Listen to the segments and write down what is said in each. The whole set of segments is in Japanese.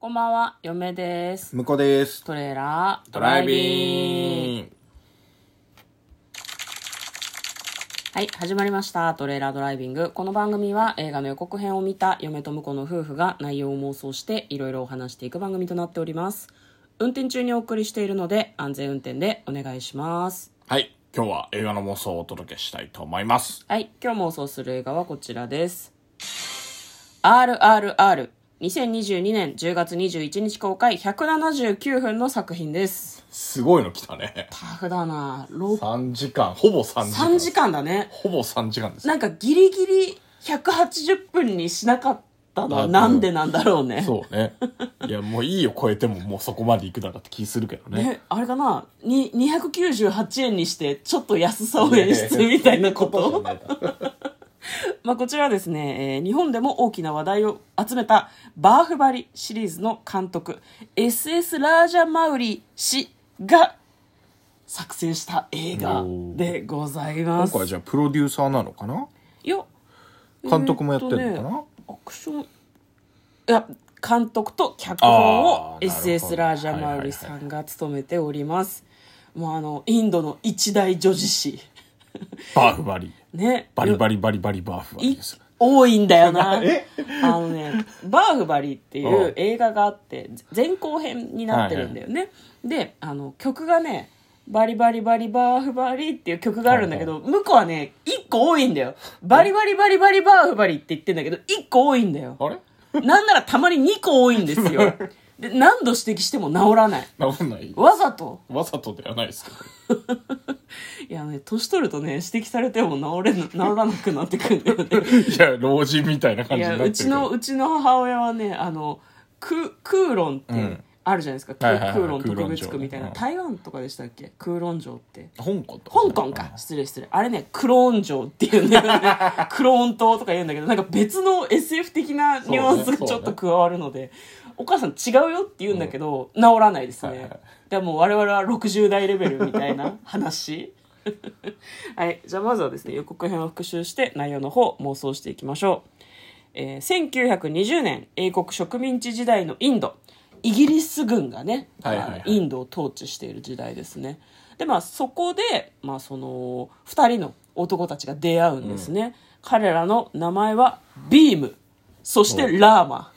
こんばんは、嫁です。向こうです。トレーラードドライビング。はい、始まりました。トレーラードライビング。この番組は映画の予告編を見た嫁と婿の夫婦が内容を妄想していろいろお話していく番組となっております。運転中にお送りしているので安全運転でお願いします。はい。今日は映画の妄想をお届けしたいと思います。はい、今日妄想する映画はこちらです。RRR。2022年10月21日公開179分の作品です。すごいの来たね。タフだなろ3時間、ほぼ3時間。 3時間だね。ほぼ3時間です。なんかギリギリ180分にしなかったのはなんでなんだろうね。そうね。いや、もういいよ、超えてももうそこまで行くだろうって気するけどね。ね、あれかなに298円にしてちょっと安さを演出みたいなことまあこちらはですね、えー日本でも大きな話題を集めたバーフバリシリーズの監督 SS ラージャ・マウリ氏が作成した映画でございま今す回はじゃあプロデューサーなのかないや監督もやってるのかなえーとねアクションいや監督と脚本をあーなるほど SS ラージャマウリさんが務めております、もうあのインドの一大女子誌バーフバリ。ねバリバリバリバリバーフバリいです。多いんだよな あのね「バーフバリ」っていううん映画があって前後編になってるんだよね、であの曲がね「バリバリバリバーフバリ」っていう曲があるんだけど、向こうはね1個多いんだよ「バリバリバリバリバーフバリ」って言ってんだけど1個多いんだよあれなんならたまに2個多いんです よ。で、何度指摘しても治らない。治んないわざと。わざとではないですけど。いやね、年取るとね、指摘されても治れぬ、治らなくなってくるんだよね。いや、老人みたいな感いじになや、ってるうけちどの、うちの母親はね、あの、ク、クーロンって、んあるじゃないですか。クはいはいはいクーロンクーロ特ン別城区みたいな。うん台湾とかでしたっけクーロン城って。香港と香港か。失礼失礼。あれね、クローン城ってい うんだよね。クローン島とか言うんだけど、なんか別の SF 的なニュアンスそうがねそうねちょっと加わるので、お母さん違うよって言うんだけど、治らないですね。はいはいでもう我々は60代レベルみたいな話。 はい。じゃあまずはですね、予告編を復習して内容の方妄想していきましょう。えー1920年、英国植民地時代のインド。イギリス軍がね、はいはいはいあのインドを統治している時代ですねでまあそこで、まあ、その2人の男たちが出会うんですね、彼らの名前はビームそしてラー マ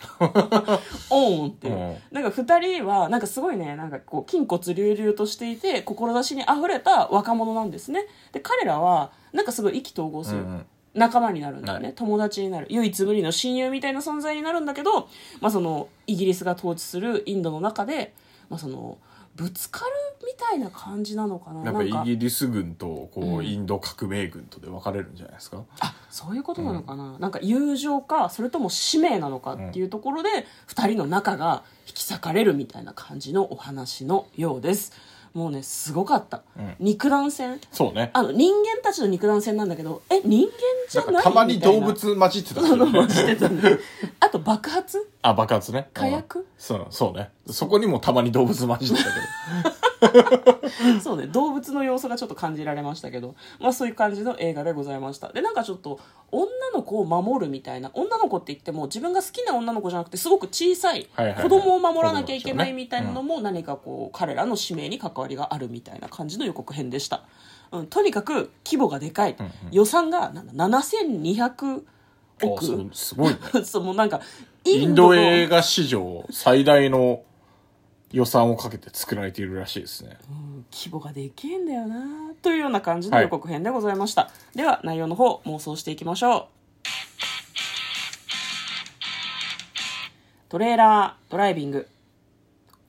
オーンっていう、なんか2人はなんかすごいねなんかこう筋骨隆々としていて志にあふれた若者なんですねで彼らはなんかすごい意気投合する、うんうん仲間になるんだよね、はい友達になる唯一無二の親友みたいな存在になるんだけど、まあ、そのイギリスが統治するインドの中で、まあ、そのぶつかるみたいな感じなのかなやっなぱんかイギリス軍とこううんインド革命軍とで分かれるんじゃないですか、あそういうことなのかな、なんか友情かそれとも使命なのかっていうところで、2人の仲が引き裂かれるみたいな感じのお話のようですもうねすごかった、うん肉弾戦そうねあの人間たちの肉弾戦なんだけどえ人間じなゃんないかたまにみたい動な物混じってた けどねしてたねあと爆発あ爆発ね火薬うんそうそうねそこにもたまに動物混じってたけど そうね動物の要素がちょっと感じられましたけど、まあ、そういう感じの映画でございましたでなんかちょっと女の子を守るみたいな女の子って言っても自分が好きな女の子じゃなくてすごく小さいはいはいはい子供を守らなきゃいけない子供たちをねみたいなのも何かこう彼らの使命に関わりがあるみたいな感じの予告編でした、うん、とにかく規模がでかい、んうん予算がなんだ7200おそ億すごいね そうもうなんかイインンドのド映画史上最大の予算をかけて作られているらしいですね規模がでけえんだよなというような感じの予告編でございました、では内容の方妄想していきましょうトレーラードライビング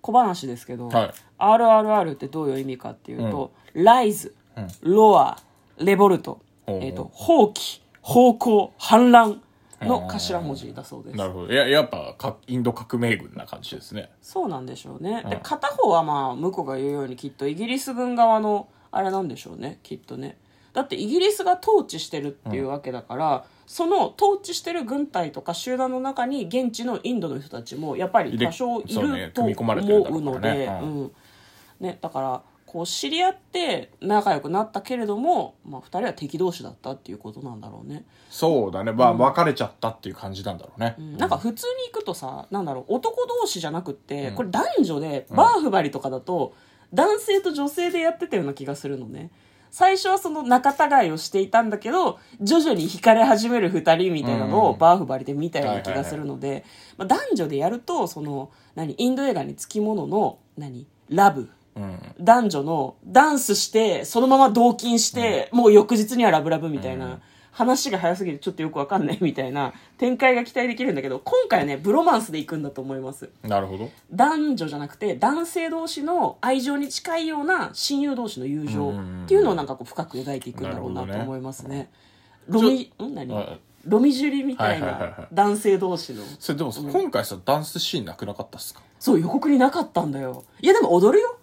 小話ですけど、はい RRR ってどういう意味かっていうと、ライズ、ロアレボルト、ほうえー、と放棄方向反乱の頭文字だそうですなるほどいややっぱかインド革命軍な感じですねそうなんでしょうね、でうん片方はまあ向こうが言うようにきっとイギリス軍側のあれなんでしょうねきっとねだってイギリスが統治してるっていうわけだから、その統治してる軍隊とか集団の中に現地のインドの人たちもやっぱり多少いいるそうるねと組み込まれてる思だろううのからねでううんねだからこう知り合って仲良くなったけれども、まあ、2人は敵同士だったっていうことなんだろうね、そうだね。まあ、別れちゃったっていう感じなんだろうね。うんなんか普通に行くとさなんだろう男同士じゃなくって、これ男女でバーフバリとかだと、男性と女性でやってたような気がするのね最初はその仲違いをしていたんだけど徐々に惹かれ始める2人みたいなのをうんバーフバリで見たような気がするので、まあ、男女でやるとその何インド映画につきものの何ラブうん。男女のダンスしてそのまま同勤して、もう翌日にはラブラブみたいな、うん話が早すぎてちょっとよくわかんないみたいな展開が期待できるんだけど今回はねブロマンスでいくんだと思いますなるほど。男女じゃなくて男性同士の愛情に近いような親友同士の友情うんうんうんっていうのをなんかこう深く描いていくんだろうなとなるほどね思いますね。ロミん何はいロミジュリみたいはいはいはいはない男性同士のそれでもさ、今回さ、ダンスシーンなくなかったっすかそう予告になかったんだよいやでも踊るよ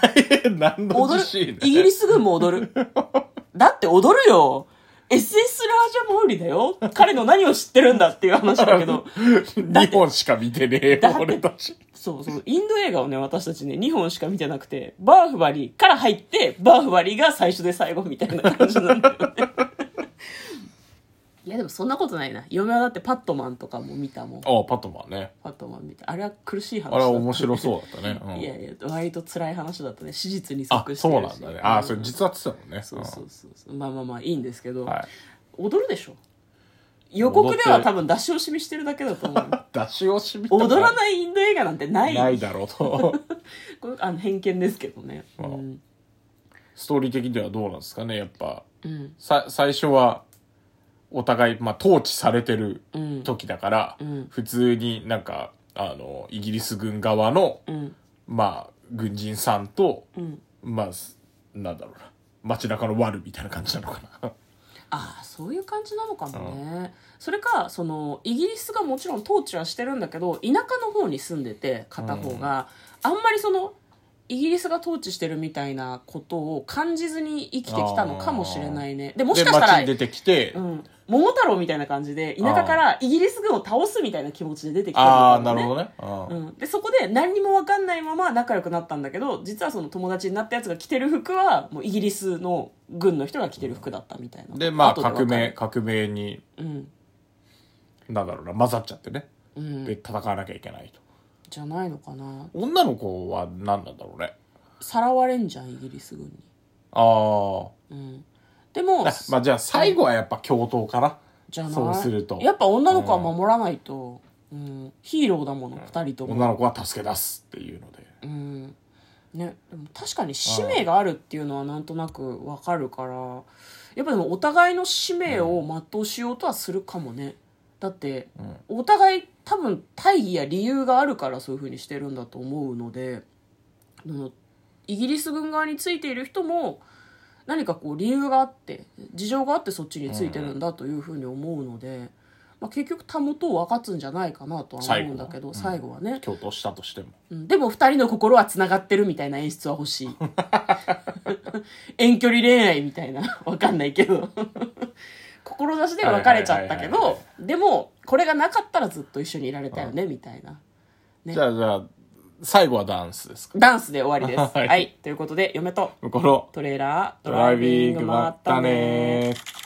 何の踊自る信イギリス軍も踊るだって踊るよ SS ラージャモーリだよ彼の何を知ってるんだっていう話だけどだっ 日て本しか見てねえだっよ、て俺たち。そうそうインド映画をね私たちね2本しか見てなくてバーフバリーから入ってバーフバリーが最初で最後みたいな感じなんだよねいやでもそんなことないな嫁はだってパットマンとかも見たもんああ、パトマンね。パットマン見たあれは苦しい話あだれったは面白そうだったね。うんいやいや割と辛い話だったね史実にあ即、してそるうしなんだね。ああ、それうん実はってたもんね。そうそうそうそうまあまあまあいいんですけど、うんはい。踊るでしょ予告で踊っはて多分出し惜しみしてるだけだと 思う出し惜しみとか踊らないインド映画なんてないないだろうと。 これあの偏見ですけどねうん、ストーリー的にはどうなんですかね、やっぱ。うんさ、最初は、お互い、まあ、統治されてるうん時だから、うん普通になんか、あの、イギリス軍側の、うんまあ、軍人さんと、うんまあ、すなんだろうな。街中のワルみたいな感じなのかな。ああそういう感じなのかもねそれかそのイギリスがもちろん統治はしてるんだけど田舎の方に住んでて片方が、あんまりそのイギリスが統治してるみたいなことを感じずに生きてきたのかもしれないねでもしかしたで、街らに出てきて、うん、桃太郎みたいな感じで田舎からイギリス軍を倒すみたいな気持ちで出てきたああ、んだなよるねほどね。うんうん、でそこで何にも分かんないまま仲良くなったんだけど実はその友達になったやつが着てる服はもうイギリスの軍の人が着てる服だったみたいなで、まあ、後で分か革る命、革命に、うん、なんだろうな、混ざっちゃってね。うん、で、戦わなきゃいけないと。じゃないのかな女の子は何なんだろうね。さらわれんじゃんイギリス軍に、ああ。うん、でもあ まあじゃあ最後はやっぱ共闘かな。じゃないそうするとやっぱ女の子は守らないと、うん、ヒーローだもの2人とも女の子は助け出すっていうので。うんね、でも確かに使命があるっていうのはなんとなくわかるからやっぱでもお互いの使命を全うしようとはするかもねだってうんお互い多分大義や理由があるからそういうふうにしてるんだと思うのであのイギリス軍側についている人も何かこう理由があって事情があってそっちについてるんだというふうに思うので、まあ、結局たもとを分かつんじゃないかなとは思うんだけど最最後はね。共闘したとしても。うんでも二人の心は繋がってるみたいな演出は欲しい。遠距離恋愛みたいな。わかんないけど。志では別れちゃったけはいはいはいど、でも、これがなかったらずっと一緒にいられたよね、みたいな。ねじゃあじゃあ、最後はダンスですか。ダンスで終わりです。はいはい。ということで、嫁と向こうのトレーラー、ドライビングまったねー。